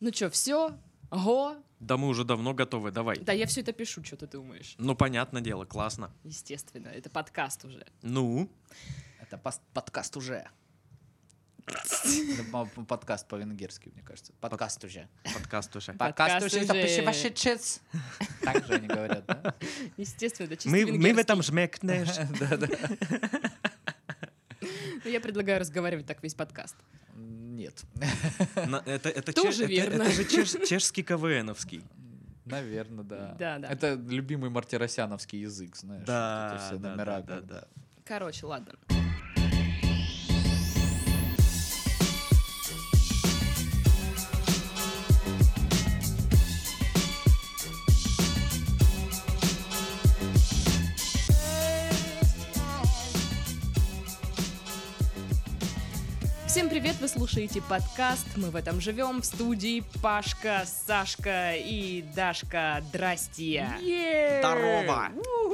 Ну что, все? Го? Да мы уже давно готовы, давай. Да я все это пишу, что ты думаешь. Ну, понятное дело, классно. Естественно, это подкаст уже. Ну, Это пас- подкаст уже. Это по- подкаст по-венгерски, мне кажется. Подкаст уже. подкаст уже. Подкаст Подкаст уже. Это уже. пощевашечец. Так же они говорят, да? Естественно, это чисто Мы, мы в венгерский. этом жмекнешь. Ну, Я предлагаю разговаривать так весь подкаст. Нет. На- Это, это, Тоже чеш- это- верно. это же чеш- чешский КВНовский. Наверное, да. Да, да. Это любимый мартиросяновский язык, знаешь. Да, вот эти все да, номера. да, да, когда- да. Короче, ладно. Всем привет, вы слушаете подкаст «Мы в этом живем» в студии Пашка, Сашка и Дашка. Здрасте! Э, Здорово!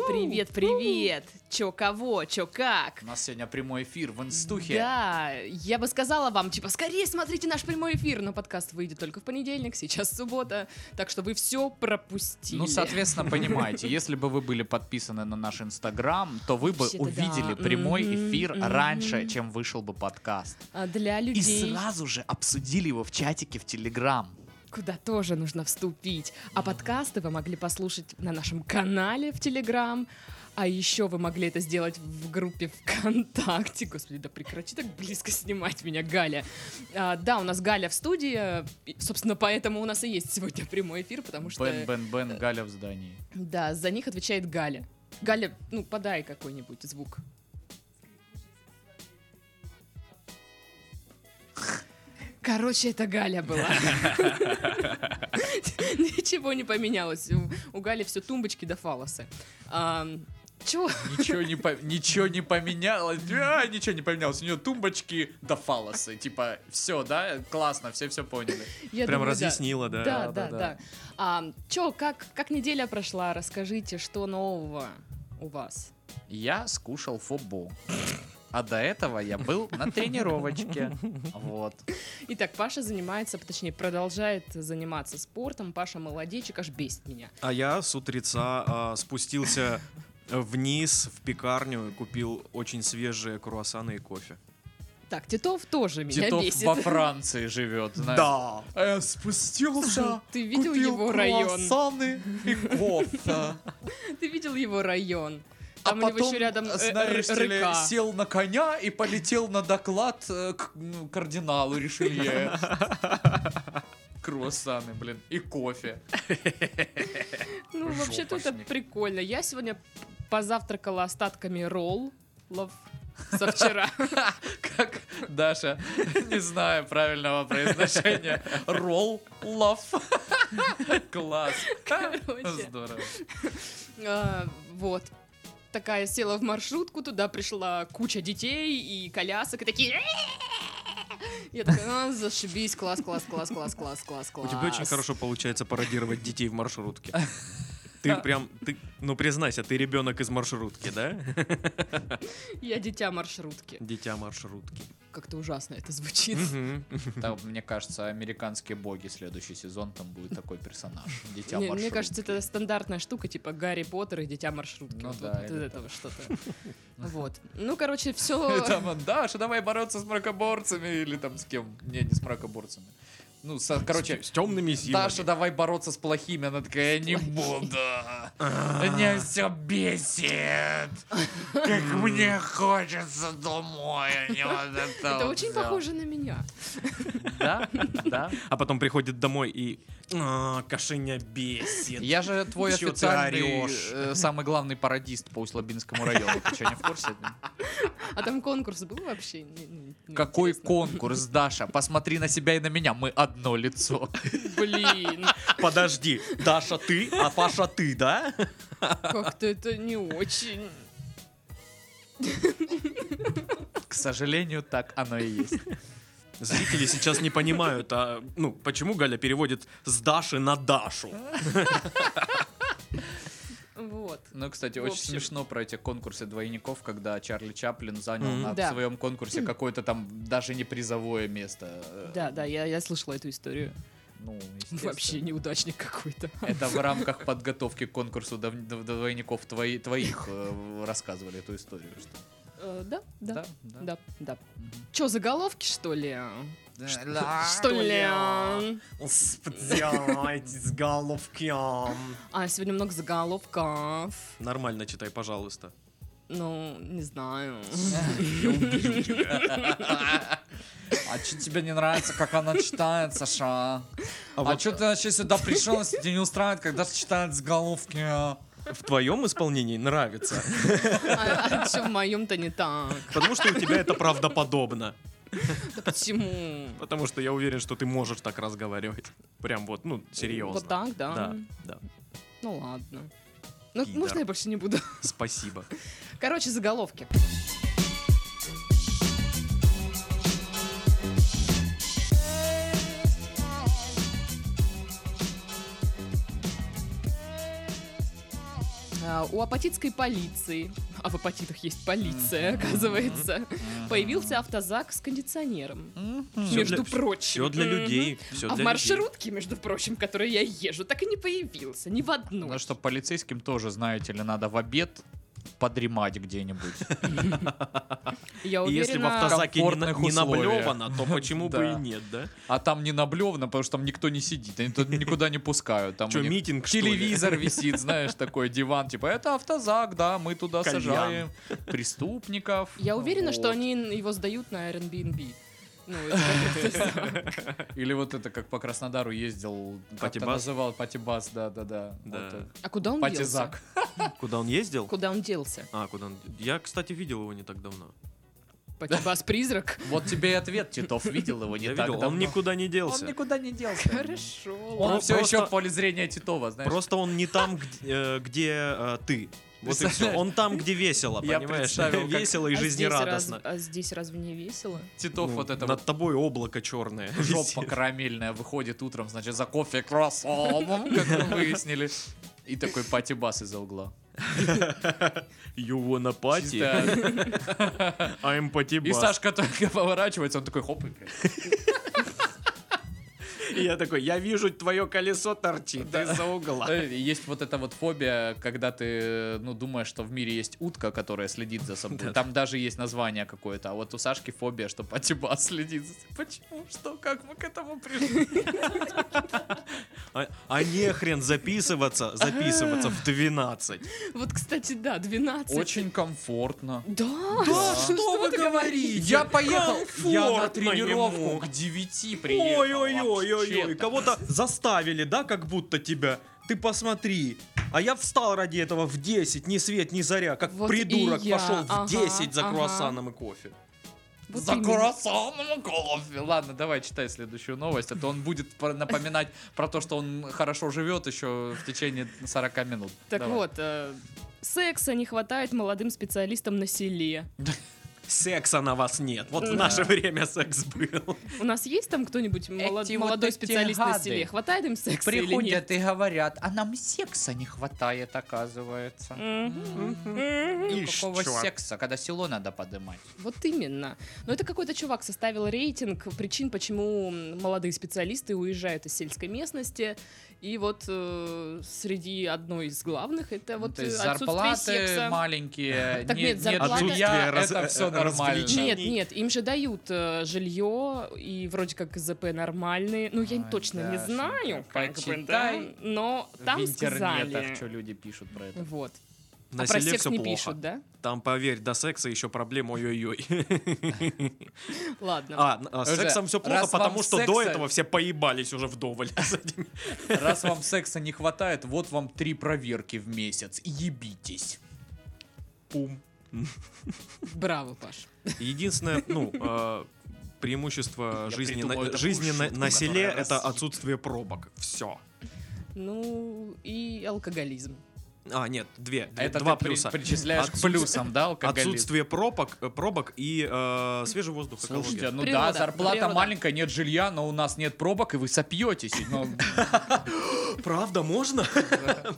Привет, привет! Чё кого, чё как? У нас сегодня прямой эфир в инстухе. Да, я бы сказала вам, типа, скорее смотрите наш прямой эфир, но подкаст выйдет только в понедельник, сейчас суббота, так что вы все пропустили. Ну, соответственно, понимаете, если бы вы были подписаны на наш Инстаграм, то вы бы Вообще-то увидели да. прямой Мгм, эфир мгм. раньше, чем вышел бы подкаст. А для И людей, сразу же обсудили его в чатике в Телеграм. куда тоже нужно вступить. А подкасты вы могли послушать на нашем канале в Телеграм, а еще вы могли это сделать в группе ВКонтакте. Господи, да прекрати так близко снимать меня, Галя. А, да, у нас Галя в студии, и, собственно, поэтому у нас и есть сегодня прямой эфир, потому что... э, Бен, Бен, Бен, Галя в здании. Да, за них отвечает Галя. Галя, ну подай какой-нибудь звук. Короче, это Галя была. Ничего не поменялось. У- У Гали все тумбочки до фалосы. Ам, Чё? Ничего не, по- ничего не поменялось. А, ничего не поменялось. У нее тумбочки до фалосы. Типа, все, да? Классно, все все поняли. Я Прям думаю, да. разъяснила, да. Да, Да, да, да, да. Ам, Чё, как, как неделя прошла? Расскажите, что нового у вас? Я скушал фобу. А до этого я был на тренировочке. Вот. Итак, Паша занимается, точнее, продолжает заниматься спортом. Паша молодечек, аж бесит меня. А я с утреца а, спустился вниз в пекарню и купил очень свежие круассаны и кофе. Так, Титов тоже меня Титов бесит. во Франции живет. знаешь. Да! А я спустился, Ты видел его район? круассаны и кофе. Ты видел его район? А Там у него потом, еще рядом э, знаешь р- ли, река. сел на коня и полетел на доклад э, к ну, кардиналу Ришелье. Круассаны, блин, и кофе. Ну, Жопа вообще-то это с них. прикольно. Я сегодня позавтракала остатками роллов со вчера. Как, Даша, не знаю правильного произношения. Ролл лав. Класс. Короче. Здорово. А, Вот. Такая села в маршрутку, туда пришла куча детей и колясок, и такие... Я такая, «А, зашибись, класс, класс, класс, класс, класс, класс, У класс. тебя очень хорошо получается пародировать детей в маршрутке. Ты прям, ты, ну признайся, ты ребенок из маршрутки, да? Я дитя маршрутки. Дитя маршрутки. Как-то ужасно это звучит. Мгм. Там, мне кажется, американские боги следующий сезон, там будет такой персонаж. Дитя Мне- Мне маршрутки. кажется, это стандартная штука, типа Гарри Поттер и Дитя маршрутки. Ну Вот да, вот из или этого что-то. Вот. Ну, короче, И все. Там, он, Даша, давай бороться с мракоборцами или там с кем? Не, не с мракоборцами. Ну, со- короче, С- с темными силами. Даша, давай бороться с плохими. Она такая, я не буду. Меня все бесит. Как мне хочется домой. а не вот это Это вот очень всё». похоже на меня. Да, да. А потом приходит домой и «А, Кашиня бесит. Я же твой Чё ты официальный орёшь? э, самый главный пародист по Услабинскому району. Ты что, не в курсе? А там конкурс был вообще? Не- не- не Какой интересно. конкурс, Даша? Посмотри на себя и на меня. Мы одно лицо. Блин, Подожди, Даша ты, а Паша ты, да? как-то это не очень. К сожалению, так оно и есть. Зрители сейчас не понимают, а ну почему Галя переводит с Даши на Дашу? Вот. Ну, кстати, В очень общем. смешно про эти конкурсы двойников, когда Чарли Чаплин занял Мгм. на Да. Хм. своем конкурсе какое-то там даже не призовое место. Да, да, я, я слышала эту историю. Ну, естественно. Вообще неудачник какой-то. Это в рамках подготовки к конкурсу дов- дов- двойников твои- твоих э, рассказывали эту историю. Что... Э, Да, да, да. да, да. Мгм. Че, заголовки, что ли? Да, Что ли? с головки. А, сегодня много заголовков. Нормально читай, пожалуйста. Ну, не знаю. А что тебе не нравится, как она читает, Саша? А, вот что ты вообще сюда пришел, если тебя не устраивает, когда читает с головки? в твоем исполнении нравится, А, все в моем-то не так? потому что у тебя это правдоподобно. Да почему? Потому что я уверен, что ты можешь так разговаривать. Прям вот, ну, серьезно. Вот так, да? Да, да. Ну ладно. Ну, Пидор. можно я больше не буду? Спасибо. Короче, заголовки. А, У апатитской полиции, а в апатитах есть полиция, оказывается, появился автозак с кондиционером. Мгм. между прочим. Все для Мгм. людей. а Все в для людей. маршрутке, между прочим, в которой я езжу, так и не появился. Ни в одну. Ну что, полицейским тоже, знаете ли, надо в обед подремать где-нибудь. Я И уверена... если в автозаке не, на- комфортных не условиях. наблевано, то почему бы Да. и нет, да? А там не наблевно, потому что там никто не сидит, они тут никуда не пускают. Там Че, у них митинг, что ли? А телевизор висит, знаешь, такой диван, типа, это автозак, да, мы туда Кальян. сажаем преступников. Я уверена, что Вот. они его сдают на Airbnb. Ну, это как-то Или вот это, как по Краснодару ездил, как ты Патибас? называл, Патибас, да-да-да. Да. Вот это. с- А куда он делся? Патизак. Куда он ездил? Куда он делся? А, куда он... Я, кстати, видел его не так давно. Патибас призрак? Вот тебе и ответ, Титов видел его не я так видел, он давно. никуда не делся. Он никуда не делся. Хорошо. Он ладно. Ну, все еще просто- в поле зрения Титова, знаешь. Просто он не там, где, э, где, э, ты. Вот и все. Он там, где весело, Я понимаешь? представил, как- Весело и А здесь жизнерадостно. раз- А здесь разве не весело? Титов Ну, вот это Над вот тобой облако черное. жопа карамельная выходит утром, значит, за кофе кроссовом, как мы выяснили. И такой Патибас из-за угла. You wanna party? Чисто I'm party И bus. Сашка только поворачивается, он такой хоп. и, блядь. И я такой, я вижу, твое колесо торчит из-за угла. Э, Есть вот эта вот фобия, когда ты, ну, думаешь, что в мире есть утка, которая следит за собой. Там даже есть название какое-то. А вот у Сашки фобия, что Патибас следит за собой. Почему? Что? Как мы к этому пришли? А, а не хрен записываться, записываться в 12. Вот, кстати, да, 12. Очень комфортно. Да, Да, что вы говорите? Я поехал, я на Комфортно тренировку ему. к 9 приехал. Ой-ой-ой-ой-ой, вообще-то. кого-то заставили, да, как будто тебя. Ты посмотри. А я встал ради этого в 10, ни свет, ни заря, как Вот придурок и я. пошел в Ага, 10 за ага. круассаном и кофе. Вот За именно. круассаном кофе. Ладно, давай читай следующую новость, а то он будет про- напоминать про то, что он хорошо живет еще в течение 40 минут. Так Давай. вот, э, секса не хватает молодым специалистам на селе. Секса на вас нет. Вот в наше время секс был. У нас есть там кто-нибудь молод- Эти вот молодой эти специалист на гады. селе? Хватает им секса или нет? Приходят и говорят, а нам секса не хватает, оказывается. Мгм. М, ну, Мгм. Ишь, Какого чувак. секса, когда село надо подымать? Вот именно. Но это какой-то чувак составил рейтинг причин, почему м, молодые специалисты уезжают из сельской местности. И вот э, среди одной из главных это Ну, вот то есть э, отсутствие зарплаты секса. маленькие, Так нет, нет, нет, зарплата- жилья, Отсутствие раз- это все э, нормально. развлечений. Нет, нет, им же дают э, жилье и вроде как ЗП нормальные. Ну, я Ой, точно не Дашенька, знаю, как бы, да, почитай но там в интернетах, сказали. что люди пишут про это. Вот. На а про селе секс все не плохо. пишут, да? Там, поверь, до секса еще проблем ой-ой-ой. Ладно. А, а с Уже сексом все плохо, раз вам потому что до секса- этого все поебались уже вдоволь. с этими. Раз вам секса не хватает, вот вам три проверки в месяц. Ебитесь. Пум. Браво, Паш. Единственное, ну, э, преимущество Я жизни, придумал на, такую жизни на, шутку, на селе которая это рассеет. отсутствие пробок. Все. Ну, и алкоголизм. А, нет, две. две- Это два ты при- плюса. причисляешь к Отсутствие- плюсам, да, алкоголизм? Отсутствие пробок, э, пробок и э, свежий воздух. Слушайте, экология. ну Природа, да, зарплата природа. маленькая, нет жилья, но у нас нет пробок, и вы сопьетесь. Ну, правда, можно?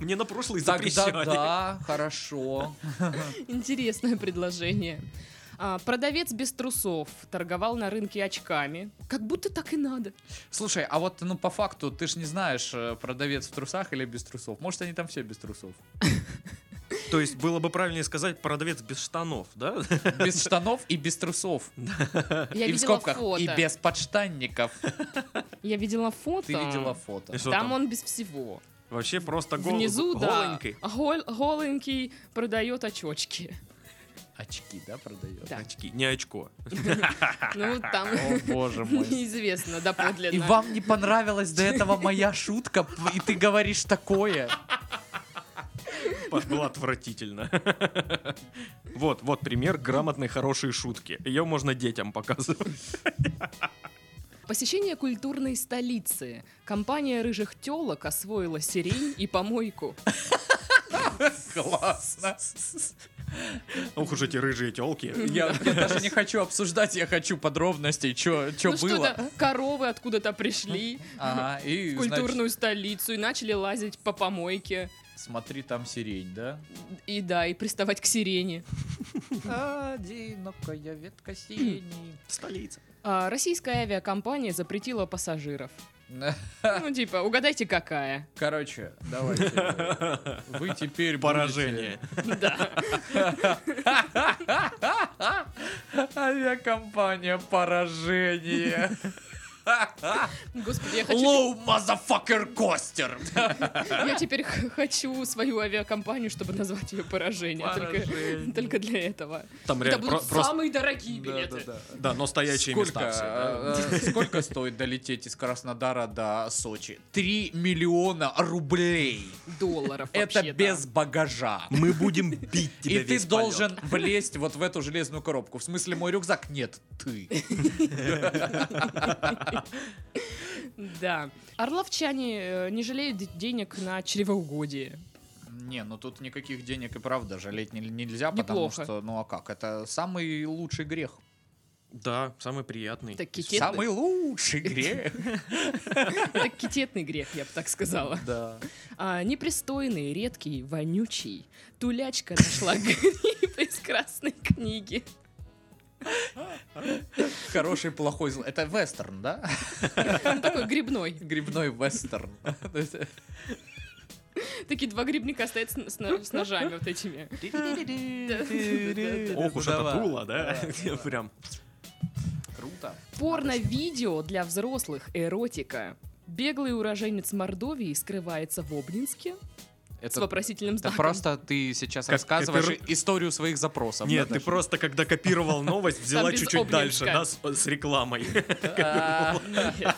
Мне на прошлый Тогда запрещали. да, хорошо. Интересное предложение. А А, продавец без трусов торговал на рынке очками. Как будто так и надо. Слушай, а вот, ну, по факту, ты ж не знаешь, э, продавец в трусах или без трусов. Может, они там все без трусов. То есть было бы правильнее сказать продавец без штанов, да? Без штанов и без трусов. Я и в видела скобках. фото. И без подштанников. Я видела фото. Ты видела фото. И что Там там? он без всего. Вообще просто гол... Внизу, да. голенький. гол- голенький продает очочки. Очки, да, продает? Да. Очки, не очко. Ну, там О, боже мой. неизвестно И доподлинно. вам не понравилась до этого моя шутка, п- и ты говоришь такое. Было отвратительно. Вот, вот пример грамотной хорошей шутки. Ее можно детям показывать. Посещение культурной столицы. Компания рыжих телок освоила сирень и помойку. Классно. Ух уж эти рыжие телки. Я, я даже не хочу обсуждать, я хочу подробностей, что ну было. что-то коровы откуда-то пришли Ага, в и, значит, культурную столицу и начали лазить по помойке. смотри, там сирень, да? И да, и приставать к сирене. Одинокая ветка сирени. Столица. А, российская авиакомпания запретила пассажиров. Ну, типа, угадайте, какая. Короче, давайте. Вы теперь Поражение. Да. будете- Авиакомпания поражение. Господи, я хочу Лоу, мазафакер Костер. Я теперь х- хочу свою авиакомпанию, чтобы назвать ее поражение. Только, Поражение. только для этого. Там Это реально про- будут просто... самые дорогие билеты. Да, но стоячие места все, да. Сколько, э, э, сколько стоит долететь из Краснодара до Сочи? 3 миллиона рублей. Долларов Это вообще-то. без багажа. Мы будем бить тебя И ты весь полет. должен влезть вот в эту железную коробку. В смысле, мой рюкзак? Нет, ты. Да. Орловчане э, не жалеют д- денег на чревоугодие. Не, ну тут никаких денег и правда жалеть не- нельзя, потому Неплохо. что, ну а как, это самый лучший грех. Да, самый приятный. Это китетный, Самый лучший грех. это китетный грех, я бы так сказала. Да. А, непристойный, редкий, вонючий. Тулячка нашла гриб из красной книги. Хороший, плохой, злой. Это вестерн, да? Он такой грибной. Грибной вестерн. То есть, Такие два грибника стоят с, с на- с ножами вот этими. Ох уж это Давай. дуло, да? Давай. Прям. Круто. Порно-видео для взрослых, эротика. Беглый уроженец Мордовии скрывается в Обнинске с вопросительным Это знаком. просто ты сейчас Как- рассказываешь копиру- историю своих запросов. Нет, ты просто, когда копировал новость, взяла без чуть-чуть дальше, обнинска. да, с с рекламой. просто... Нет.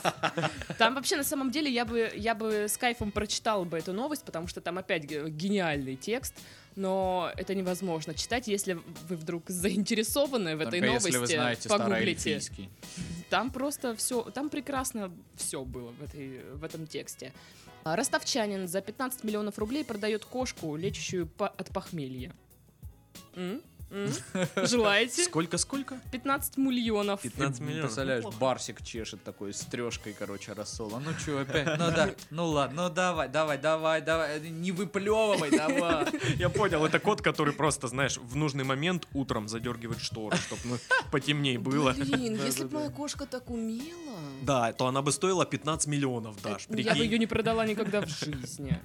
Там вообще на самом деле я бы я бы с кайфом прочитала бы эту новость, потому что там опять ге- гениальный текст, но это невозможно читать, если вы вдруг заинтересованы в этой новости. если вы знаете погуглите. староэльфийский. Там просто все, там прекрасно все было в, этой, в этом тексте. А, Ростовчанин за 15 миллионов рублей продает кошку, лечащую по- от похмелья. М? М? Желаете? Сколько-сколько? 15 миллионов. 15 Ты миллионов. Представляешь, Ну, плохо. барсик чешет такой с трешкой, короче, рассола. Ну чё, опять? Ну да, ну ладно, ну давай, давай, давай, давай. Не выплевывай, давай. Я понял, это кот, который просто, знаешь, в нужный момент утром задергивает шторы, чтобы потемнее было. Блин, Да, если да, бы моя кошка так умела... Да, то она бы стоила 15 миллионов, Даш, Э, Я бы ее прикинь. не продала никогда в жизни.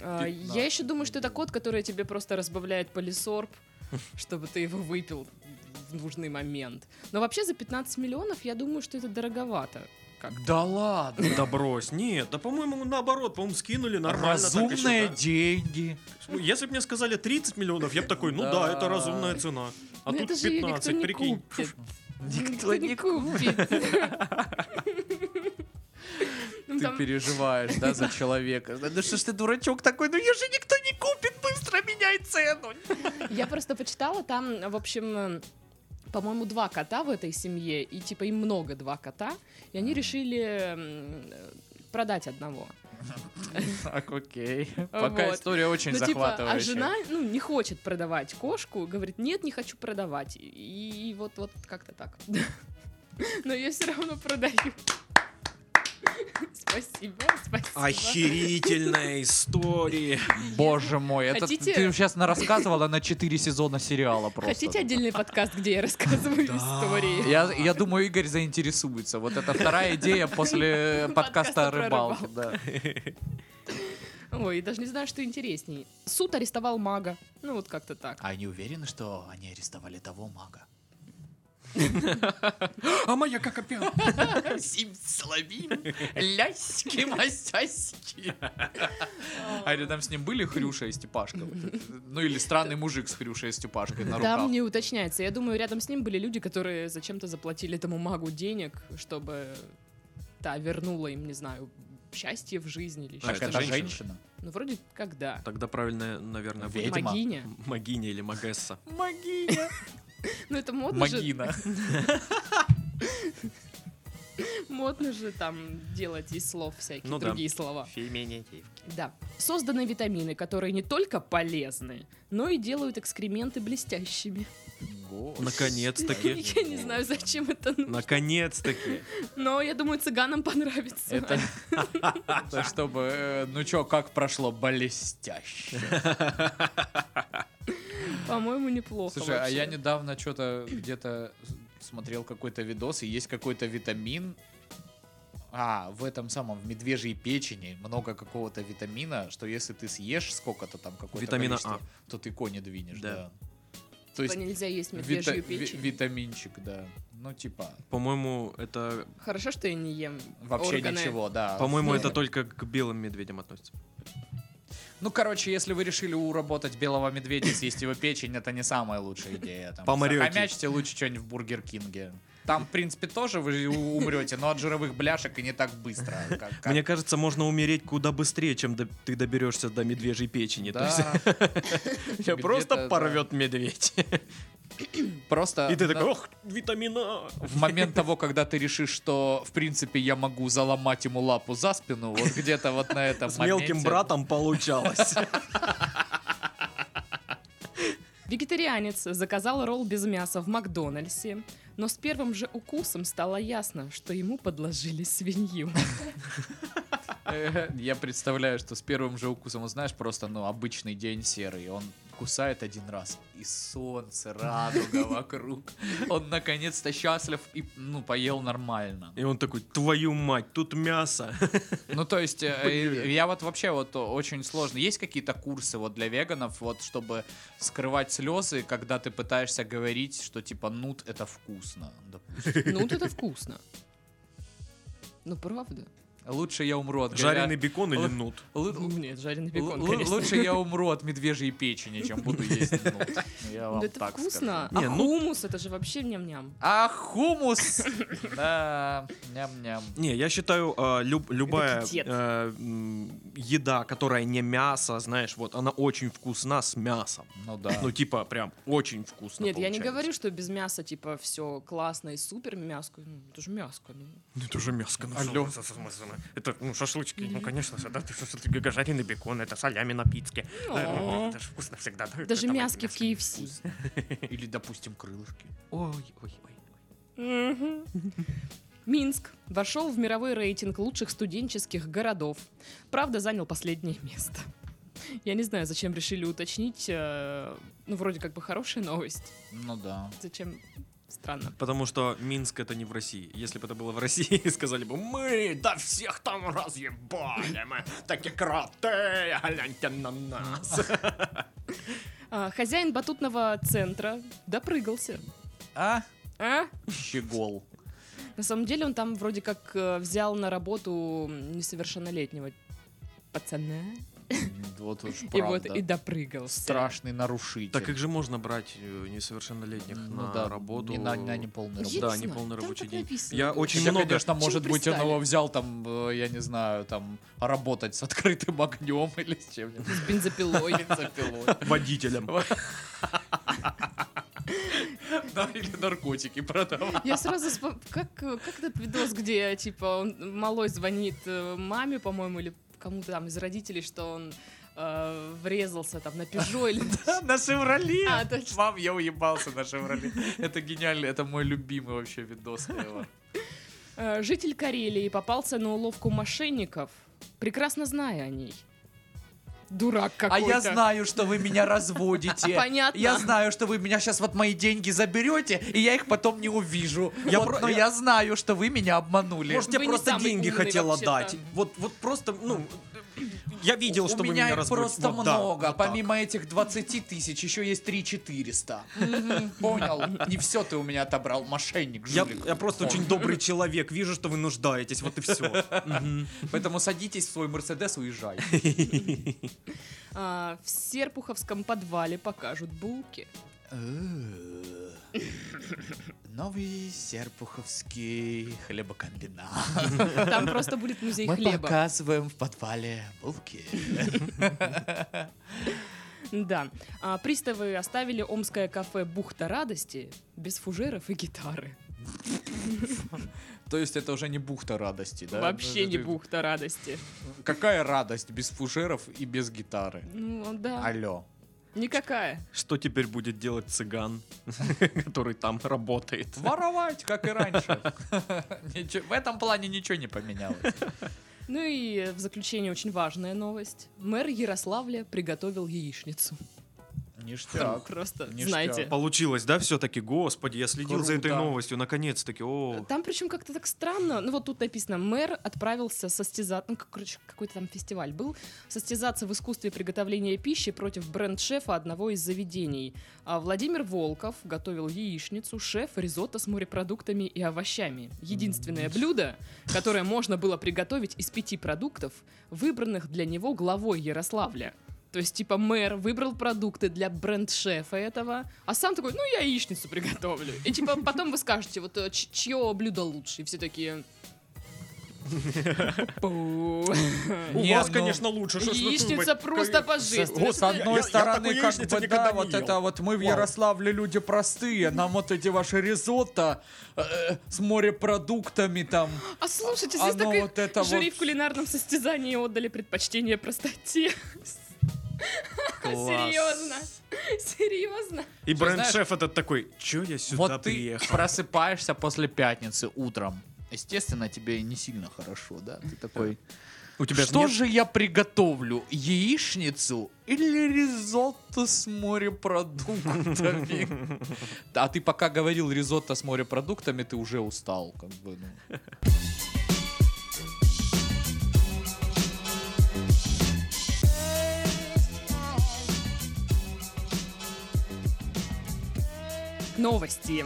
А, Я 15 еще думаю, что это кот, который тебе просто разбавляет полисорб, чтобы ты его выпил в нужный момент. Но вообще за 15 миллионов я думаю, что это дороговато. Да ладно. Да брось, нет, да по-моему наоборот, по-моему скинули нормально. так ещё, Разумные да. деньги. Ну, Если бы мне сказали 30 миллионов, я бы такой, ну да, это Да. разумная цена. А Ну, тут это же её 15, никто не прикинь. купит. Никто не купит. Ну, Ты там- переживаешь, да, за человека. Да что ж ты дурачок такой? Ну ее же никто не купит, быстро меняй цену. Я просто почитала, там, в общем, э, по-моему, два кота в этой семье, и типа им много два кота, и они решили м, э, продать одного. Так, окей. Пока Вот. история очень Ну, типа, а захватывающая. жена, ну, не хочет продавать кошку, говорит, нет, не хочу продавать. И, и вот, вот как-то так. Но ее все равно продают. Спасибо, спасибо. А Охерительная история. Боже мой, это Хотите- ты сейчас нарассказывала на 4 сезона сериала просто. Хотите отдельный подкаст, где я рассказываю истории? Я, я думаю, Игорь заинтересуется. Вот это вторая идея после подкаста Подкаста о про рыбалке. да. Ой, даже не знаю, что интересней. Суд арестовал мага. Ну вот как-то так. А они уверены, что они арестовали того мага? А моя как опять? Симсалавим, ляськи, масяськи. А рядом с ним были Хрюша и Степашка? Вот это. Ну или странный мужик с Хрюшей и Степашкой на руках. Там не уточняется. Я думаю, рядом с ним были люди, которые зачем-то заплатили этому магу денег, чтобы та вернула им, не знаю, счастье в жизни или А Так еще. это это женщина? женщина? Ну вроде как да. Тогда правильно, наверное, будет Ведьма. Магиня. Магиня или Магесса. Магия. Ну это модно же, Магина. модно же там делать из слов всякие Ну да. другие слова. Феминитивки. Да. Созданы витамины, которые не только полезны, но и делают экскременты блестящими. Наконец-таки. Я не знаю, зачем это Ну. нужно, Наконец-таки. но я думаю, цыганам понравится. Это это чтобы, э, ну чё, как прошло блестяще. По-моему, неплохо. Слушай, а вообще. я недавно что-то где-то с- смотрел какой-то видос, и есть какой-то витамин. А, в этом самом, в медвежьей печени много какого-то витамина, что если ты съешь сколько-то там какое-то Витамина количество, то ты кони двинешь, А. да. Да. То Типа есть нельзя есть вита- медвежью ви- печень. витаминчик, да. Ну, типа, По-моему, это... Хорошо, что я не ем вообще органы. ничего, да. По-моему, Да. это только к белым медведям относится. Ну, короче, если вы решили уработать белого медведя, съесть его печень, это не самая лучшая идея. Там, Помрёте. захомячьте лучше что-нибудь в Бургер Кинге. Там, в принципе, тоже вы у- умрете, но от жировых бляшек и не так быстро. как- как- Мне кажется, можно умереть куда быстрее, чем до- ты доберешься до медвежьей печени. То Да. есть тебя Где-то, просто да. порвет медведь. Просто И ты на- такой, ох, витамина. А». в момент того, когда ты решишь, что, в принципе, я могу заломать ему лапу за спину, вот где-то вот на этом С мелким моменте- братом получалось. Вегетарианец заказал ролл без мяса в Макдональдсе, но с первым же укусом стало ясно, что ему подложили свинью. Э, Я представляю, что с первым же укусом, вот знаешь, просто, ну, обычный день серый, он кусает один раз, и солнце, радуга вокруг. Он наконец-то счастлив и, ну, поел нормально. И он такой, твою мать, тут мясо. Ну, то есть, э, э, я вот вообще вот о- очень сложно. Есть какие-то курсы вот для веганов, вот, чтобы скрывать слезы, когда ты пытаешься говорить, что, типа, нут — это вкусно, допустим. Ну вот это вкусно. Ну правда. Лучше я умру от горя- Жареный бекон или Ой. нут? Лу- Нет, жареный бекон, Л- л- конечно. Лучше я умру от медвежьей печени, чем буду есть нут. Я Ну вам это так вкусно. скажу. А Не, ну- хумус, это же вообще ням-ням. А хумус! Да, ням-ням. Не, я считаю, э, люб- любая китет. э, м, еда, которая не мясо, знаешь, вот она очень вкусна с мясом. Ну да. Ну, типа, прям очень вкусно. Нет, я не получается. говорю, что без мяса, типа, все классно и супер, мяско. Ну, это же мяско. ну. Ну, это же мяско. ну, Алло. Это, ну, шашлычки, ну, конечно же, да, это жареный бекон, это солями на пицце. Да, ну, О, Это же вкусно всегда, да? Даже это мяски в мясо. KFC. Или, допустим, крылышки. Ой, ой, ой. Мгм. Минск вошел в мировой рейтинг лучших студенческих городов. Правда, занял последнее место. Я не знаю, зачем решили уточнить. э, Ну, вроде как бы хорошая новость. Ну да. Зачем? Странно. Потому что Минск это не в России. Если бы это было в России, сказали бы мы, да всех там разъебали, мы такие крутые, гляньте на нас. А, Хозяин батутного центра допрыгался. А? А? Щегол. На самом деле он там вроде как э, взял на работу несовершеннолетнего пацана. Вот уж И вот правда. и допрыгался. Страшный нарушитель. Так их же можно брать э, несовершеннолетних Ну на да, работу. Не на, на неполный Есть? работу. Да, Написано. неполный Там рабочий так день. написано Я было. очень Хотя, много... конечно, Почему может быть, он пристали? его взял там, э, я не знаю, там, работать с открытым огнем или с чем-нибудь. С бензопилой. Бензопилой. водителем. Да, или наркотики продавал. Я сразу вспом- как э, как этот видос, где типа он малой звонит э, маме, по-моему, или кому-то там из родителей, что он э, врезался там на пежо или На Шевроле. А, точно. Мам, я уебался на Шевроле. Это гениально, это мой любимый вообще видос. Эва. Э, Житель Карелии попался на уловку мошенников, прекрасно зная о ней. Дурак А какой-то. А, я знаю, что вы меня разводите. Понятно. Я знаю, что вы меня сейчас вот мои деньги заберете, и я их потом не увижу. Я Вот, про- но ну я- я знаю, что вы меня обманули. Может, я Вы не просто самый деньги умный хотела вообще-то. дать. Вот, вот просто, ну, я видел, у что вы меня меня их разбудили. просто Вот да, много. вот так. Помимо этих 20 тысяч, еще есть 3 400. Понял? Не все ты у меня отобрал, мошенник, Я, жулик. я просто Он. очень добрый человек, вижу, что вы нуждаетесь, вот и все. Поэтому садитесь в свой Мерседес, уезжай. А, в Серпуховском подвале покажут булки. Э. Новый Серпуховский хлебокомбинат. Там просто будет музей Мы хлеба. показываем в подвале булки. Да. А, приставы оставили омское кафе «Бухта радости» без фужеров и гитары. То есть это уже не бухта радости, да? Вообще не Ты- бухта радости. Какая радость без фужеров и без гитары? Ну, да. Алло. А- Никакая. Что теперь будет делать цыган, который там работает? Воровать, как и раньше. Ничего- В этом плане ничего не поменялось. Ну и э, в заключение очень важная новость. Мэр Ярославля приготовил яичницу. Ништяк. Просто, Ништяк. знаете. Получилось, да, все-таки? Господи, я следил за этой Круто. новостью, наконец-таки. О, Там причем как-то так странно. Ну вот тут написано, мэр отправился состязаться, ну, как- короче, какой-то там фестиваль был, состязаться в искусстве приготовления пищи против бренд-шефа одного из заведений. А Владимир Волков готовил яичницу, шеф, ризотто с морепродуктами и овощами. Единственное блюдо, которое можно было приготовить из пяти продуктов, выбранных для него главой Ярославля. То есть, типа, мэр выбрал продукты для бренд-шефа этого, а сам такой, ну, я яичницу приготовлю. И, типа, потом вы скажете, вот, э, ч- чье блюдо лучше? И все такие... «Пу». у Не, вас, ну, конечно, лучше шашлык Яичница выбрать. просто С, божественно. вот с одной я стороны, такой как яичницы бы, никогда да, не вот ел. это вот мы в Вау. Ярославле люди простые, нам вот эти ваши ризотто э, с морепродуктами там. А слушайте, Оно здесь такая вот это жюри вот- в кулинарном состязании отдали предпочтение простоте. Класс. Серьезно. Серьезно. И Всё, бренд-шеф этот такой, че я сюда вот ты приехал? просыпаешься после пятницы утром. Естественно, тебе не сильно хорошо, да? Ты такой... У тебя Что нет- же я приготовлю? Яичницу или ризотто с морепродуктами? А ты пока говорил ризотто с морепродуктами, ты уже устал, как бы. ну. Новости.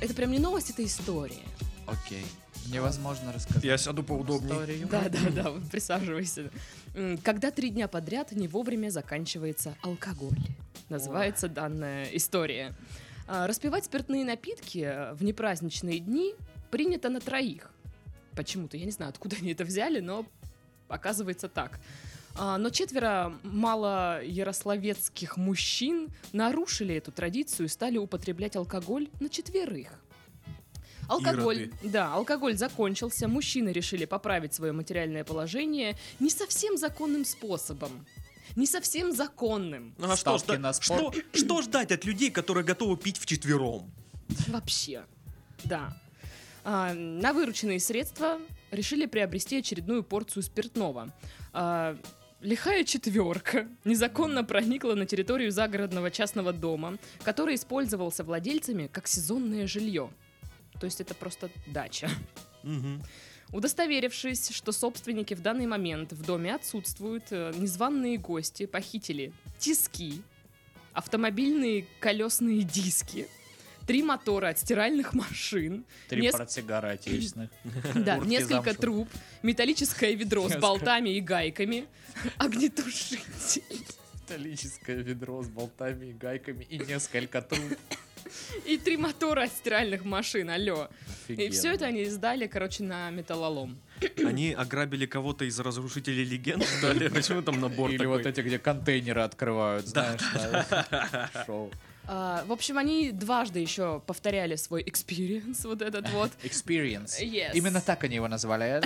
Это прям не новость, это история. Окей. Невозможно рассказать. Я сяду поудобнее. историю. Да, да, да, вот присаживайся. М, Когда три дня подряд не вовремя заканчивается алкоголь. Называется данная история. А, Распивать спиртные напитки э, в непраздничные дни принято на троих. Почему-то, я не знаю, откуда они это взяли, но оказывается так. А, Но четверо малоярославецких мужчин нарушили эту традицию и стали употреблять алкоголь на четверых. Алкоголь, да, алкоголь закончился, мужчины решили поправить свое материальное положение не совсем законным способом. Не совсем законным Ну, а что, Ставки жда- на что, спорт. что ждать от людей, которые готовы пить вчетвером? вообще. Да. А, на вырученные средства решили приобрести очередную порцию спиртного. А, Лихая четверка незаконно проникла на территорию загородного частного дома, который использовался владельцами как сезонное жилье. То есть это просто дача. Мгм. Удостоверившись, что собственники в данный момент в доме отсутствуют, э, незваные гости похитили тиски, автомобильные колесные диски, три мотора от стиральных машин, Три Нес- портсигара отечественных. да, Куртки несколько замшевые. труб, металлическое ведро с Несколько. болтами и гайками, огнетушитель Металлическое ведро с болтами и гайками и несколько труб. и три мотора от стиральных машин, алло. И все это они сдали, короче, на металлолом. Они ограбили кого-то из разрушителей легенд, что ли? Почему там набор Или такой? вот эти, где контейнеры открывают, знаешь, да, шоу. А, в общем, они дважды еще повторяли свой экспириенс вот этот вот. Experience. Yes. Именно так они его назвали.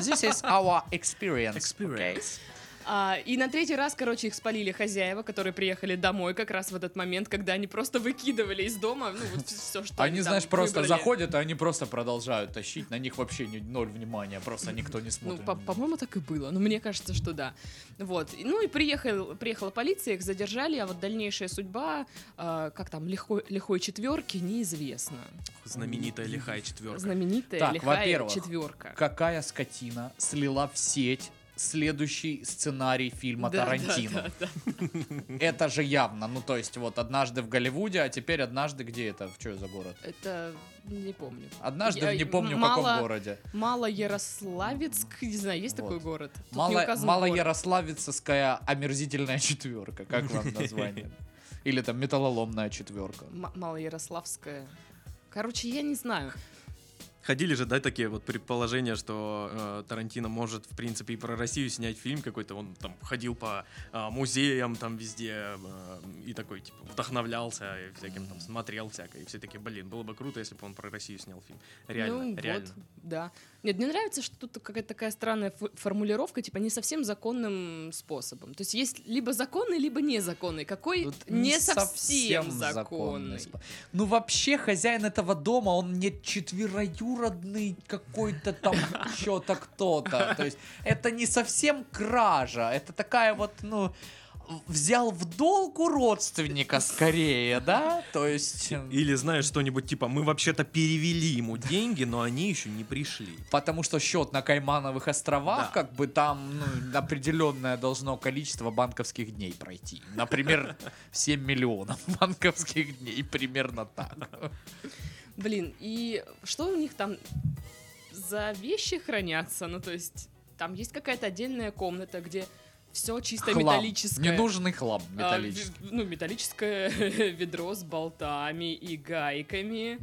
This is our experience. Experience. okay? А, и на третий раз, короче, их спалили хозяева, которые приехали домой как раз в этот момент, когда они просто выкидывали из дома, ну вот все, что Они, там знаешь, просто выбрали. заходят, а они просто продолжают тащить. На них вообще ни- ноль внимания, просто никто не Ну, смотрит. по- по-моему, так и было. Ну, мне кажется, что да. Вот. И- Ну и приехал, приехала полиция, их задержали, а вот дальнейшая судьба, а, как там, лихой, лихой четверки, неизвестна. Знаменитая лихая четверка. Знаменитая Так, лихая во-первых, четверка. Какая скотина слила в сеть следующий сценарий фильма Да, Тарантино? да, да, Это же явно. Ну, то есть, вот однажды в Голливуде, а теперь однажды где это? В что за город? да. Это не помню. Однажды Я- в не помню мало- каком городе. Малоярославецк, не знаю, есть такой Вот. город? Тут не Мало, указан город. малоярославицкая омерзительная четверка. Как вам название? Или там металлоломная четверка. М- Малоярославская. Короче, я не знаю. Ходили же, да, такие вот предположения, что э, Тарантино может, в принципе, и про Россию снять фильм какой-то. Он там ходил по э, музеям там везде э, и такой, типа, вдохновлялся и всяким там смотрел всякое. И все такие, блин, было бы круто, если бы он про Россию снял фильм. Реально, Ну, реально. Вот, да. Нет, мне нравится, что тут какая-то такая странная фо- формулировка, типа не совсем законным способом. То есть есть либо законный, либо незаконный. Какой Тут не, совсем, законный законный. спа- Ну вообще хозяин этого дома, он не четвероюродный какой-то там что-то кто-то. То есть это не совсем кража, это такая вот, ну, взял в долг у родственника скорее, да? То есть... э, Или знаешь что-нибудь типа, мы вообще-то перевели ему деньги, но они еще не пришли. Потому что счет на Каймановых островах, Да. как бы там ну, определенное должно количество банковских дней пройти. Например, 7 миллионов банковских дней, примерно так. Блин, и что у них там за вещи хранятся? Ну, то есть там есть какая-то отдельная комната, где все чисто Хлам. металлическое. Ненужный хлам А, ви- металлический. ну, металлическое ведро с болтами и гайками.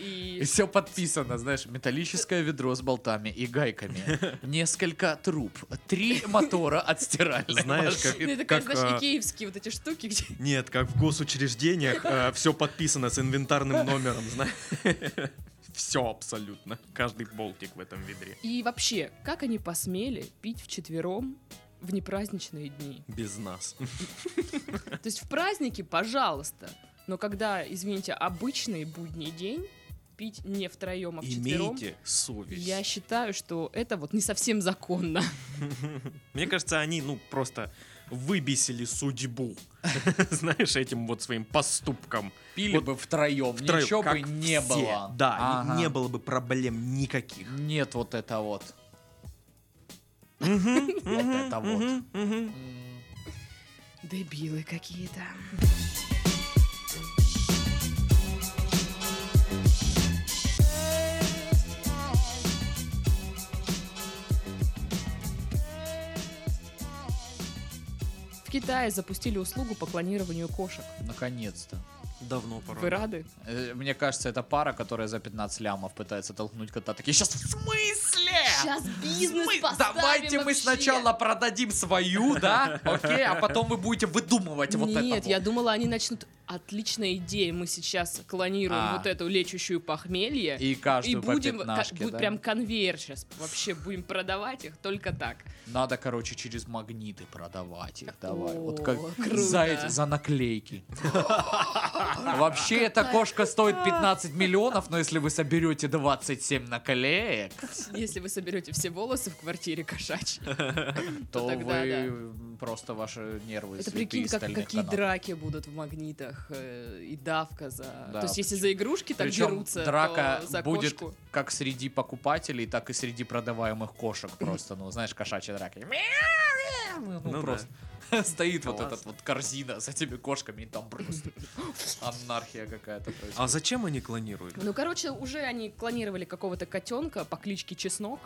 И И все подписано, знаешь, металлическое ведро с болтами и гайками, несколько труб, три мотора от стиральной Знаешь, как- машины. Ну, и такая, как, знаешь, а, икеевские вот эти штуки, где... Нет, как в госучреждениях все подписано с инвентарным номером, знаешь. Все абсолютно. Каждый болтик в этом ведре. И вообще, как они посмели пить вчетвером в непраздничные дни? Без нас. То есть в праздники, пожалуйста, но когда, извините, обычный будний день, пить не втроем, а вчетвером, Имейте совесть. я считаю, что это вот не совсем законно. Мне кажется, они, ну, просто выбесили судьбу. Знаешь, этим вот своим поступком. Пили Вот бы втроем, Втроем, ничего как бы не все. было. Да, не- Ага. не было бы проблем никаких. Нет вот это вот. Вот это вот. М. Дебилы какие-то. В Китае запустили услугу по клонированию кошек. Наконец-то. Давно Вы пора. рады? Э, Мне кажется, это пара, которая за 15 лямов пытается толкнуть кота. Такие, сейчас в смысле? бизнес Э, Мы- давайте мы сначала продадим свою, да? Окей, а потом вы будете выдумывать вот это. Нет, вот. я думала, они начнут... Отличная идея, мы сейчас клонируем А. вот эту лечащую похмелье. И каждую И будем, по ка- пятнашке, будет да? прям конвейер сейчас, вообще будем продавать их только так. Надо, короче, через магниты продавать их. Давай. О, вот как круто. за эти за наклейки. Вообще эта кошка стоит 15 миллионов, но если вы соберете 27 наклеек, Если вы соберете все волосы в квартире кошачьей. то Ну тогда вы да. м, просто ваши нервы Это святые прикинь, из как, стальных какие канат. драки будут в магнитах э, и давка за. Да, То есть если за игрушки так Причем дерутся, то драка за будет кошку. как среди покупателей, так и среди продаваемых кошек просто. Ну, знаешь, кошачьи драки. Мяу, мяу. Ну, Ну да. просто стоит вот Классно. этот вот корзина с этими кошками, и там просто анархия какая-то А происходит. зачем они клонируют? Ну короче, уже они клонировали какого-то котенка по кличке Чеснок.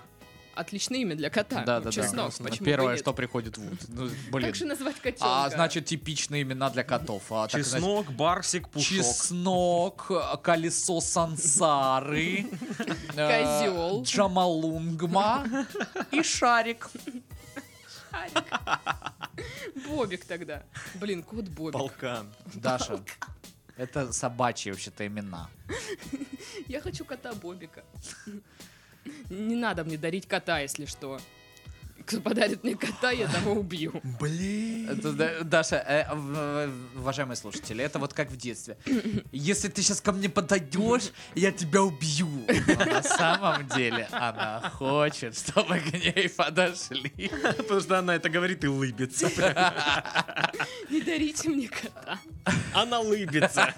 Отличное имя для кота. Да-да-да. ну, Чеснок. Прекрасно. Почему бы и Первое, нет? что приходит в ум. Ну, блин. Как же назвать котенка? А значит, типичные имена для котов. А, так, значит, Чеснок, барсик, пушок. Чеснок, э, колесо сансары, э, Козёл. Джамалунгма и шарик. Бобик тогда. Блин, кот Бобик. Полкан. Даша, это собачьи вообще-то имена. Я хочу кота Бобика. Не надо мне дарить кота, если что. кто подарит мне кота, я того убью. Блин. Это, да, Даша, э, в- в- уважаемые слушатели, это вот как в детстве. Если ты сейчас ко мне подойдешь, я тебя убью. Но на самом деле она хочет, чтобы к ней подошли. Потому что она это говорит и улыбится. Не дарите мне кота. Она улыбится.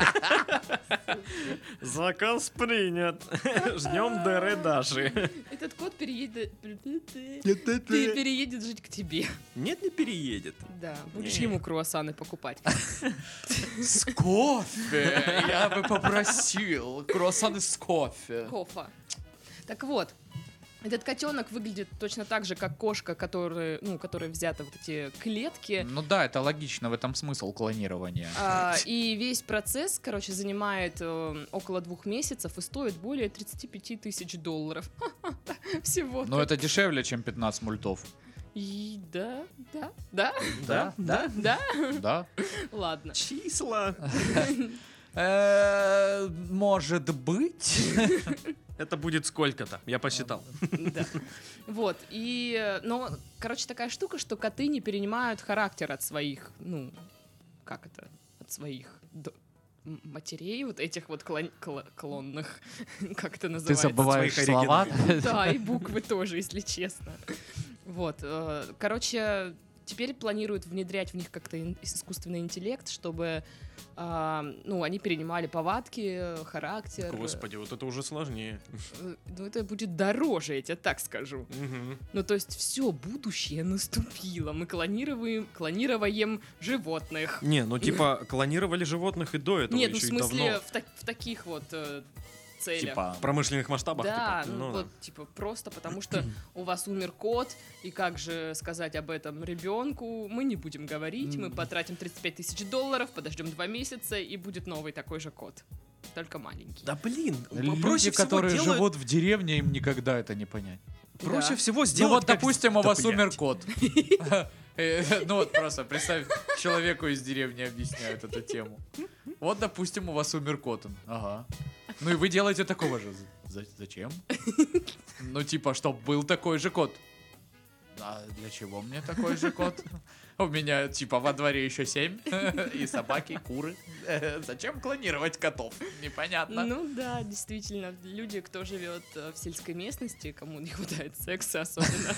Заказ принят. Ждем Дэры Даши. Этот кот переедет... Ты переедет жить к тебе. Нет, не переедет. Да, будешь Не. ему круассаны покупать. С кофе! Я бы попросил. Круассаны с кофе. Кофа. Так вот, этот котенок выглядит точно так же, как кошка, которые, ну, которые взяты вот эти клетки. Ну да, это логично, в этом смысл клонирования. А, и весь процесс, короче, занимает э, около двух месяцев и стоит более 35 тысяч долларов. Всего. Но это дешевле, чем 15 мультов. И да, да, да, Да? Да? да, Да. ладно. Числа. Э, Может быть. Это будет сколько-то, я посчитал. А, Да. Вот, и, э, но, короче, такая штука, что коты не перенимают характер от своих, ну, как это, от своих до- м- матерей, вот этих вот клон- кло- клонных, как это Ты называется? забываешь своих слова. Да, и буквы тоже, если честно. Вот, э, короче, теперь планируют внедрять в них как-то ин- искусственный интеллект, чтобы, а, ну, они перенимали повадки, характер. Господи, вот это уже сложнее. Э, Ну, это будет дороже, я тебе так скажу. Мгм. Ну, то есть все будущее наступило. Мы клонируем, клонироваем животных. Не, ну типа клонировали животных и до этого Нет, ну, в еще и смысле, давно. в, так- в таких вот э, целях. Типа, В промышленных масштабах. да, типа. ну, Ну вот, типа, просто потому что у вас умер кот, и как же сказать об этом ребенку? Мы не будем говорить, мы потратим 35 тысяч долларов, подождем два месяца, и будет новый такой же кот. Только маленький. Да блин, люди, которые живут в деревне, им никогда это не понять. Проще Да. всего Ну сделать. вот, как- допустим, у Да вас блядь. умер кот. Э, Ну вот просто представь, человеку из деревни объясняют эту тему. Вот, допустим, у вас умер кот. Он, Ага. Ну и вы делаете такого же. За- Зачем? Ну типа, чтоб был такой же кот. А для чего мне такой же кот? У меня типа во дворе еще семь. И собаки, и куры. Э, Зачем клонировать котов? Непонятно. Ну да, действительно, люди, кто живет э, в сельской местности, кому не хватает секса особенно.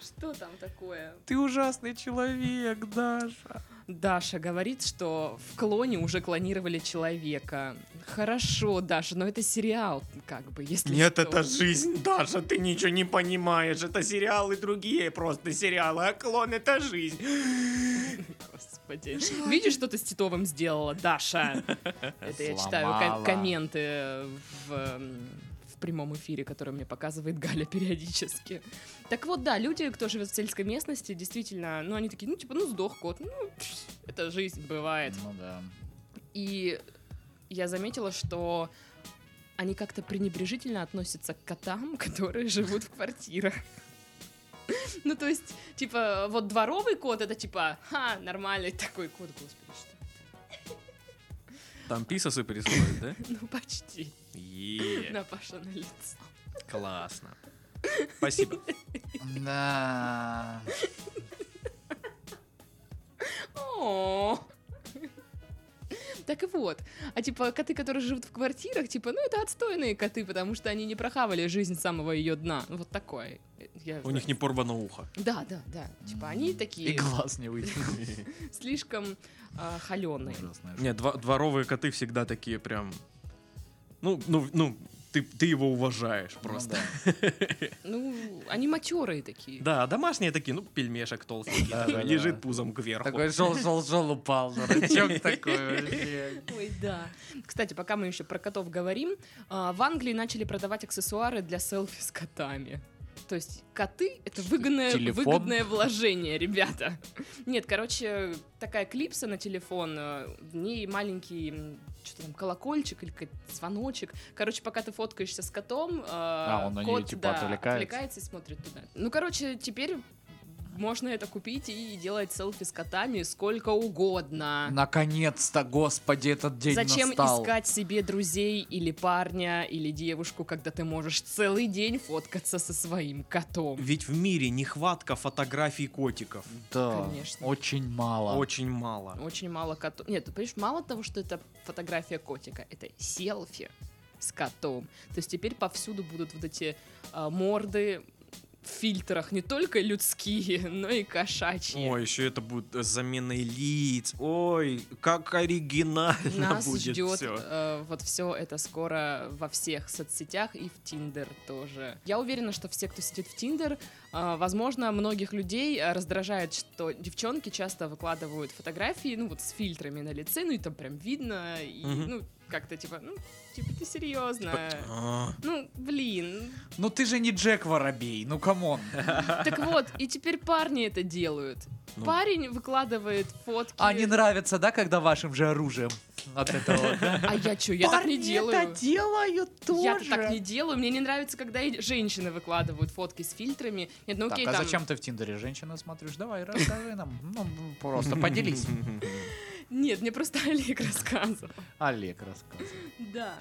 Что там такое? Ты ужасный человек, Даша. Даша говорит, что в клоне уже клонировали человека. Хорошо, Даша, но это сериал, как бы, если Нет, что. это жизнь, Даша, ты ничего не понимаешь. Это сериалы другие, просто сериалы, а клон это жизнь. Господи. Видишь, что ты с Титовым сделала, Даша? Это я читаю ком- Сломала. комменты в, эм, в прямом эфире, который мне показывает Галя периодически. Так вот, да, люди, кто живет в сельской местности, действительно, ну, они такие, ну, типа, ну, сдох кот, ну, это жизнь бывает. Ну да. И я заметила, что они как-то пренебрежительно относятся к котам, которые живут в квартирах. Ну, то есть, типа, вот дворовый кот, это типа, ха, нормальный такой кот, господи, что. Там писасы присылают, да? Ну, почти. Е, На Паша на лицо. классно. Спасибо. Да. О. Так и вот. А типа коты, которые живут в квартирах, типа, ну это отстойные коты, потому что они не прохавали жизнь с самого ее дна. Вот такое. Я- У них не порвано ухо. Да, да, да. Типа они такие. И глаз не выйдет. слишком а, холеный. Ужасная Нет, дво- дворовые коты всегда такие прям... Ну, ну, ну, ты, ты его уважаешь Ну просто. Ну, они матерые такие. Да, а домашние такие, ну, пельмешек толстенький, Да, такой, да, да. лежит пузом да. кверху. Такой жол-жол-жол упал, дурачок такой вообще. Ой, да. Кстати, пока мы еще про котов говорим, а, в Англии начали продавать аксессуары для селфи с котами. То есть коты — это выгодное, телефон? выгодное вложение, ребята. Нет, короче, такая клипса на телефон, э, в ней маленький м, что-то там, колокольчик или какой-то звоночек. Короче, пока ты фоткаешься с котом, э, он на кот неё, типа, да, отвлекается. отвлекается и смотрит туда. Ну, короче, теперь можно это купить и делать селфи с котами сколько угодно. А. Наконец-то, господи, этот день Зачем настал. искать себе друзей или парня, или девушку, когда ты можешь целый день фоткаться со своим котом? Ведь в мире нехватка фотографий котиков. Да, Конечно. очень мало. Очень мало. Очень мало котов. Нет, ты понимаешь, мало того, что это фотография котика, это селфи с котом. То есть теперь повсюду будут вот эти а, морды в фильтрах, не только людские, но и кошачьи. Ой, еще это будет э, с заменой лиц. Ой, как оригинально Нас будет ждет все. э, вот все это скоро во всех соцсетях и в Тиндер тоже. Я уверена, что все, кто сидит в Тиндер, э, возможно, многих людей э, раздражает, что девчонки часто выкладывают фотографии, ну вот с фильтрами на лице, ну и там прям видно, и Мгм. ну как-то типа, ну типа ты серьезно. А, Ну, блин. Ну ты же не Джек Воробей, ну камон. Так вот, и теперь парни это делают. Ну. Парень выкладывает фотки. А не нравится, да, когда вашим же оружием от этого? да? А я что, я так не делаю? делают Я-то так не делаю. Мне не нравится, когда и женщины выкладывают фотки с фильтрами. Нет, ну Так, окей, а там... зачем ты в Тиндере женщина смотришь? Давай, расскажи нам. Ну, просто поделись. Нет, мне просто Олег рассказывал. Олег рассказывай. Да.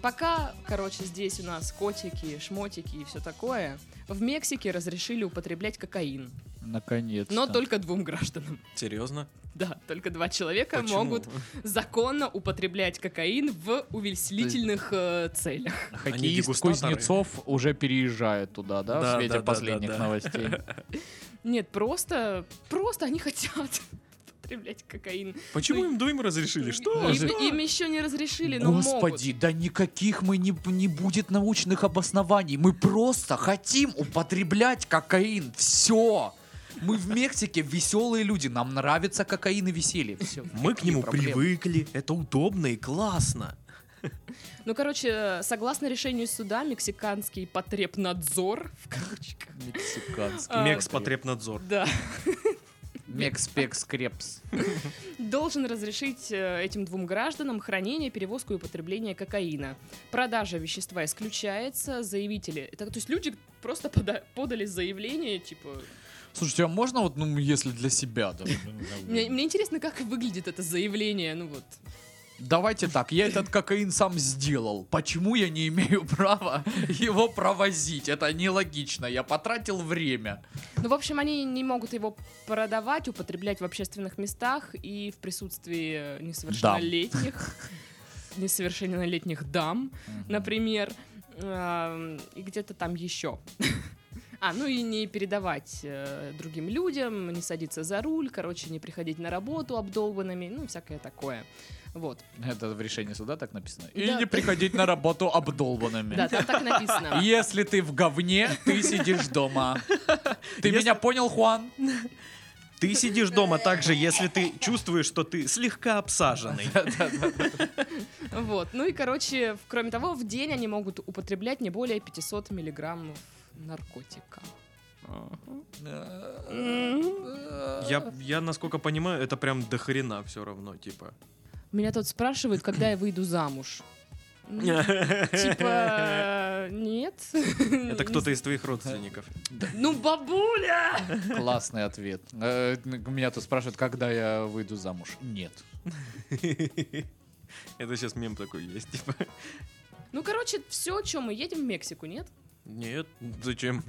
Пока, короче, здесь у нас котики, шмотики и все такое, в Мексике разрешили употреблять кокаин. Наконец-то. Но только двум гражданам. Серьезно? Да, только два человека Почему? могут законно употреблять кокаин в увеселительных э, целях. Они Хоккеист дегустаторы. Кузнецов уже переезжает туда, да, Да, в свете да, да, последних да, да. новостей. Нет, просто, просто они хотят употреблять кокаин. Почему Ну, им двоим разрешили? Что? Им, же? им еще не разрешили, но Господи, да никаких мы не, не будет научных обоснований. Мы просто хотим употреблять кокаин. Все. Мы в Мексике веселые люди. Нам нравится кокаин и веселье. Всё. Мы к Какие нему проблемы? привыкли. Это удобно и классно. могут. Ну, короче, согласно решению суда, мексиканский потребнадзор, в кавычках, Мексиканский. А, Мекс потребнадзор. да, Мекспекс крепс. должен разрешить э, этим двум гражданам хранение, перевозку и употребление кокаина. Продажа вещества исключается, заявители... Это, то есть люди просто пода- подали заявление, типа... Слушайте, а можно вот, ну, если для себя? да? ну, Мне, мне интересно, как выглядит это заявление, ну вот. Давайте так, я этот кокаин сам сделал. Почему я не имею права его провозить? Это нелогично. Я потратил время. Ну, в общем, они не могут его продавать, употреблять в общественных местах и в присутствии э, несовершеннолетних, несовершеннолетних дам, например, эм, и где-то там еще. А, ну и не передавать э, другим людям, не садиться за руль, короче, не приходить на работу обдолбанными, ну, всякое такое. Вот. Это в решении суда так написано. И Да. не приходить на работу обдолбанными. Да, там так написано. Если ты в говне, ты сидишь дома. Ты Если- меня понял, Хуан? Ты сидишь дома также, если ты чувствуешь, что ты слегка обсаженный. Вот. Ну и, короче, в- кроме того, в день они могут употреблять не более 500 миллиграммов наркотика. Я, я, насколько понимаю, это прям до хрена все равно, типа. Меня тут спрашивают, когда я выйду замуж. Ну, Типа, э, нет. Это кто-то из твоих родственников. Ну, бабуля! Классный ответ. Э, Меня тут спрашивают, когда я выйду замуж. Нет. Это сейчас мем такой есть, типа. Ну, короче, все, что мы едем в Мексику, нет? Нет, зачем?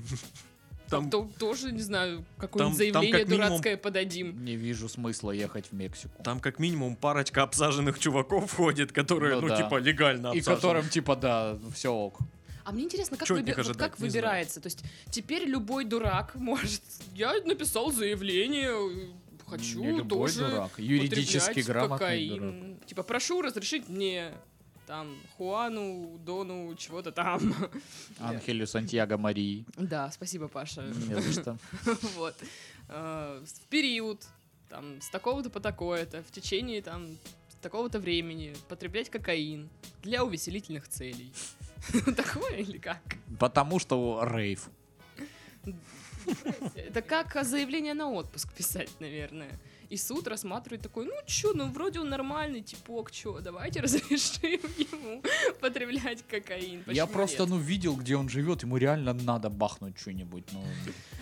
Там то- Там, тоже, не знаю, какое-нибудь там- там заявление как минимум- дурацкое подадим. Не вижу смысла ехать в Мексику. там как минимум парочка обсаженных чуваков ходит, которые, Ну ну, да. типа, легально И обсажены. которым, типа, да, все ок. А мне интересно, как, Чё от выби- них вот ожидать? как Не знаю. выбирается? То есть теперь любой дурак может... Я написал заявление, э, хочу Не любой тоже дурак, юридически употреблять грамотный кокаин. дурак. Типа, прошу разрешить мне там Хуану, Дону, чего-то там. Анхелю Сантьяго Марии. Да, спасибо, Паша. Не за что. Вот. Э, В период, там, с такого-то по такое-то, в течение, там, такого-то времени потреблять кокаин для увеселительных целей. Такое или как? Потому что рейв. Это как заявление на отпуск писать, наверное. И суд рассматривает такой, ну чё, ну вроде он нормальный типок, чё, давайте разрешим ему потреблять кокаин. Я Почему просто, нет? ну, видел, где он живет, ему реально надо бахнуть что-нибудь. Ну,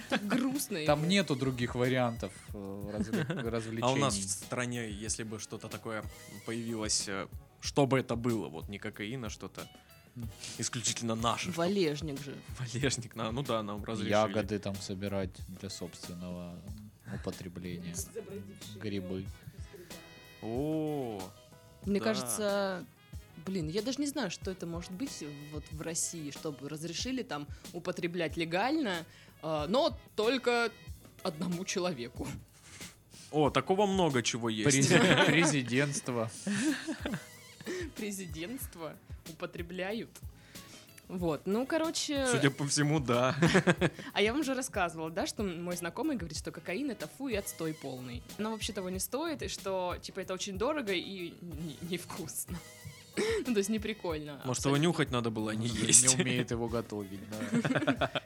Так грустно. там ему. нету других вариантов э, развле- развлечений. А у нас в стране, если бы что-то такое появилось, э, что бы это было? Вот не кокаин, а что-то исключительно наше. что- Валежник же. Валежник, на- ну да, нам разрешили. Ягоды там собирать для собственного употребления. Грибы. О, Мне Да. кажется, блин, я даже не знаю, что это может быть вот в России, чтобы разрешили там употреблять легально, а, но только одному человеку. о, такого много чего есть. Презид- Президентство. Президентство употребляют. Вот, ну, короче... Судя по всему, да. А я вам уже рассказывала, да, что мой знакомый говорит, что кокаин это фу и отстой полный. Оно вообще того не стоит, и что, типа, это очень дорого и не- невкусно. Ну, то есть не прикольно. Может, его нюхать надо было, а не Ну, есть. Не умеет его готовить, да.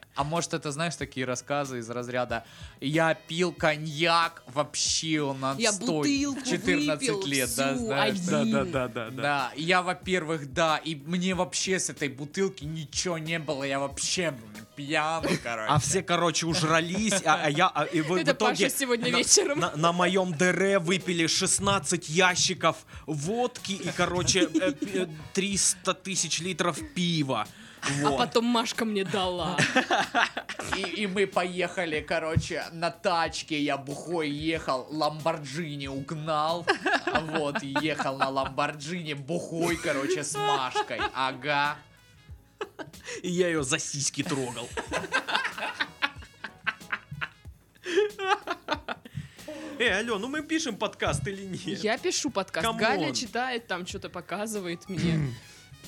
А может, это, знаешь, такие рассказы из разряда «Я пил коньяк, вообще он Я отстой». бутылку 14 выпил лет, да, всю, знаешь, Да, один. да, да, да, да. Да, и я, во-первых, да, и мне вообще с этой бутылки ничего не было, я вообще был пьяный, короче. А все, короче, ужрались, а, а я а, и в, в Это итоге Паша сегодня на- вечером. На, на моем дыре выпили 16 ящиков водки и, короче, э, э, 300 тысяч литров пива. А Вот. потом Машка мне дала. И, и мы поехали, короче, на тачке. Я бухой ехал, Ламборджини угнал. Вот, ехал на Ламборджини бухой, короче, с Машкой. Ага. И я ее за сиськи трогал. Эй, алло, ну мы пишем подкаст или нет? Я пишу подкаст. Камон. Галя читает, там что-то показывает мне.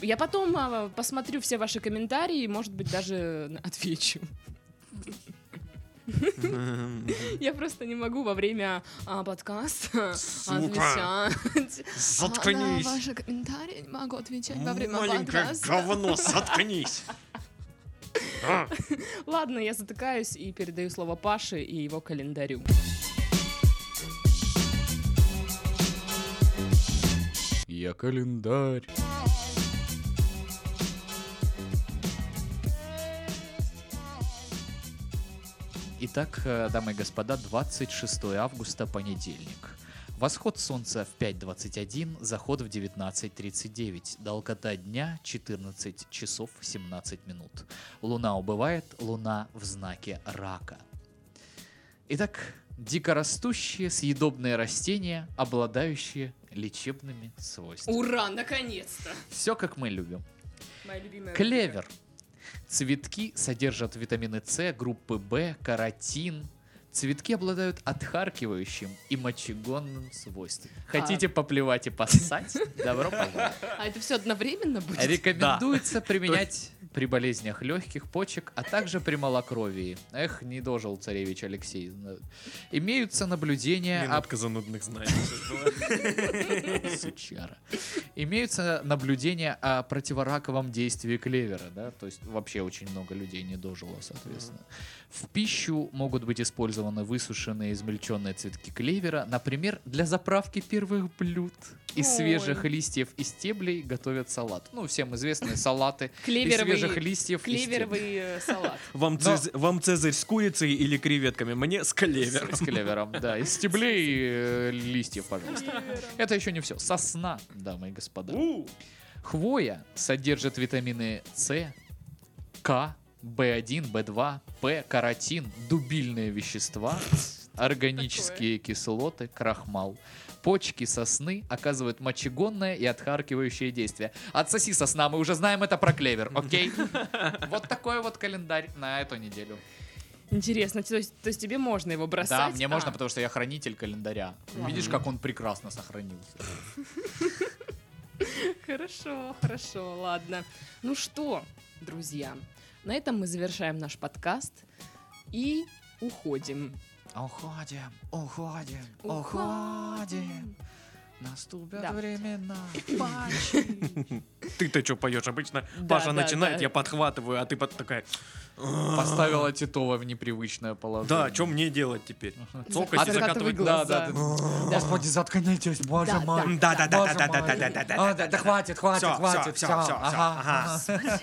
Я потом а, посмотрю все ваши комментарии, может быть, даже на- отвечу. Я просто не могу во время а, подкаста Сука. отвечать. Заткнись. На ваши комментарии не могу отвечать во время Маленькое подкаста. говно, заткнись. А, Ладно, я затыкаюсь и передаю слово Паше и его календарю. Я календарь. Итак, э, дамы и господа, 26 августа, понедельник. Восход солнца в 5.21, заход в 19.39. Долгота дня 14 часов 17 минут. Луна убывает, луна в знаке рака. Итак, дикорастущие съедобные растения, обладающие лечебными свойствами. Ура, наконец-то! Все как мы любим. Моя любимая рубрика. Клевер. Цветки содержат витамины С, группы В, каротин. Цветки обладают отхаркивающим и мочегонным свойством. Хотите поплевать и поссать? Добро пожаловать. А это все одновременно Э, будет? Рекомендуется применять при болезнях легких, почек, а также при малокровии. Эх, не дожил царевич Алексей. Имеются наблюдения об Минутка занудных знаний. Сучара. Имеются наблюдения о противораковом действии клевера, да, то есть вообще очень много людей не дожило, соответственно. В пищу могут быть использованы высушенные измельченные цветки клевера, например, для заправки первых блюд. Из Ой. свежих листьев и стеблей готовят салат. Ну, всем известные салаты из Клеверовый, свежих листьев и клеверовый стеблей. э, салат. Вам, цез- вам цезарь с курицей или креветками? Мне с клевером. С клевером, да, из стеблей и э, листьев, пожалуйста. Это еще не все. Сосна, дамы и господа. У, Хвоя содержит витамины С, К, В1, В2, П, каротин, дубильные вещества, органические кислоты, крахмал. Почки сосны оказывают мочегонное и отхаркивающее действие. Отсоси сосна, мы уже знаем это про клевер, окей? Вот такой вот календарь на эту неделю. Интересно, то есть, то есть тебе можно его бросать? Да, мне А, можно, потому что я хранитель календаря. Видишь, как он прекрасно сохранился. А, Хорошо, хорошо, ладно. Ну что, друзья, на этом мы завершаем наш подкаст и уходим. Уходим, уходим, Уходим. уходим. Наступят Да. времена. Ты-то что поешь обычно? Да, Паша да, начинает, да. я подхватываю, а ты под- такая... Поставила Титова в непривычное положение. А Да, что мне делать теперь? Цокать и Закатывай закатывать глаза. Да, да, да. Да. Господи, заткнитесь, боже Да, мой. Да, да, да, да, Боже да, да, мой. да, да, да, А, да, да, хватит, хватит, Всё, всё, хватит, всё, всё, всё, всё, ага, ага.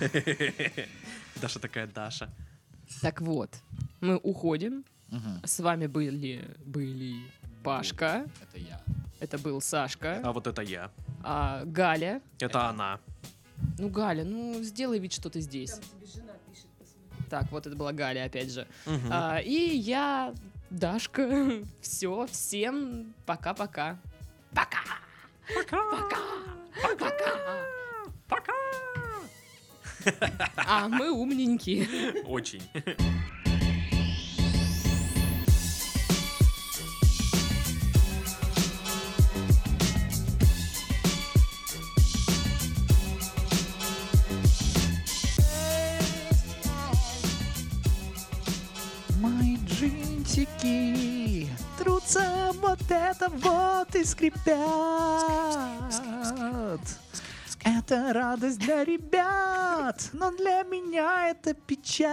ага. Даша такая, Даша. Так вот, мы уходим. Мгм. С вами были, были Пашка, Это я. это был Сашка, А вот это я. а, Галя. Это она. Ну, Галя, ну сделай вид, что ты здесь. Так, вот это была Галя, опять же. Мгм. А, и я, Дашка. Все, всем пока-пока. Пока! Пока! Пока! Пока! А мы умненькие. Очень. Мои джинсики трутся вот это вот и скрипят. Это радость для ребят, но для меня это печаль.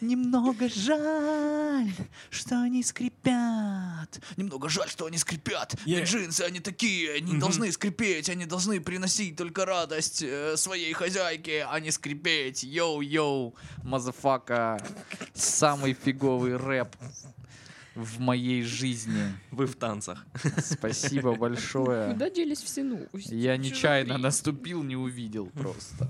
Немного жаль, что они скрипят. Немного жаль, что они скрипят. Yeah. Ведь Джинсы, они такие, они должны скрипеть, они должны приносить только радость э, своей хозяйке, а не скрипеть. Йоу-йоу, мазафака, самый фиговый рэп в моей жизни. Вы в танцах. Спасибо большое. Куда делись все ну? Я нечаянно наступил, не увидел просто.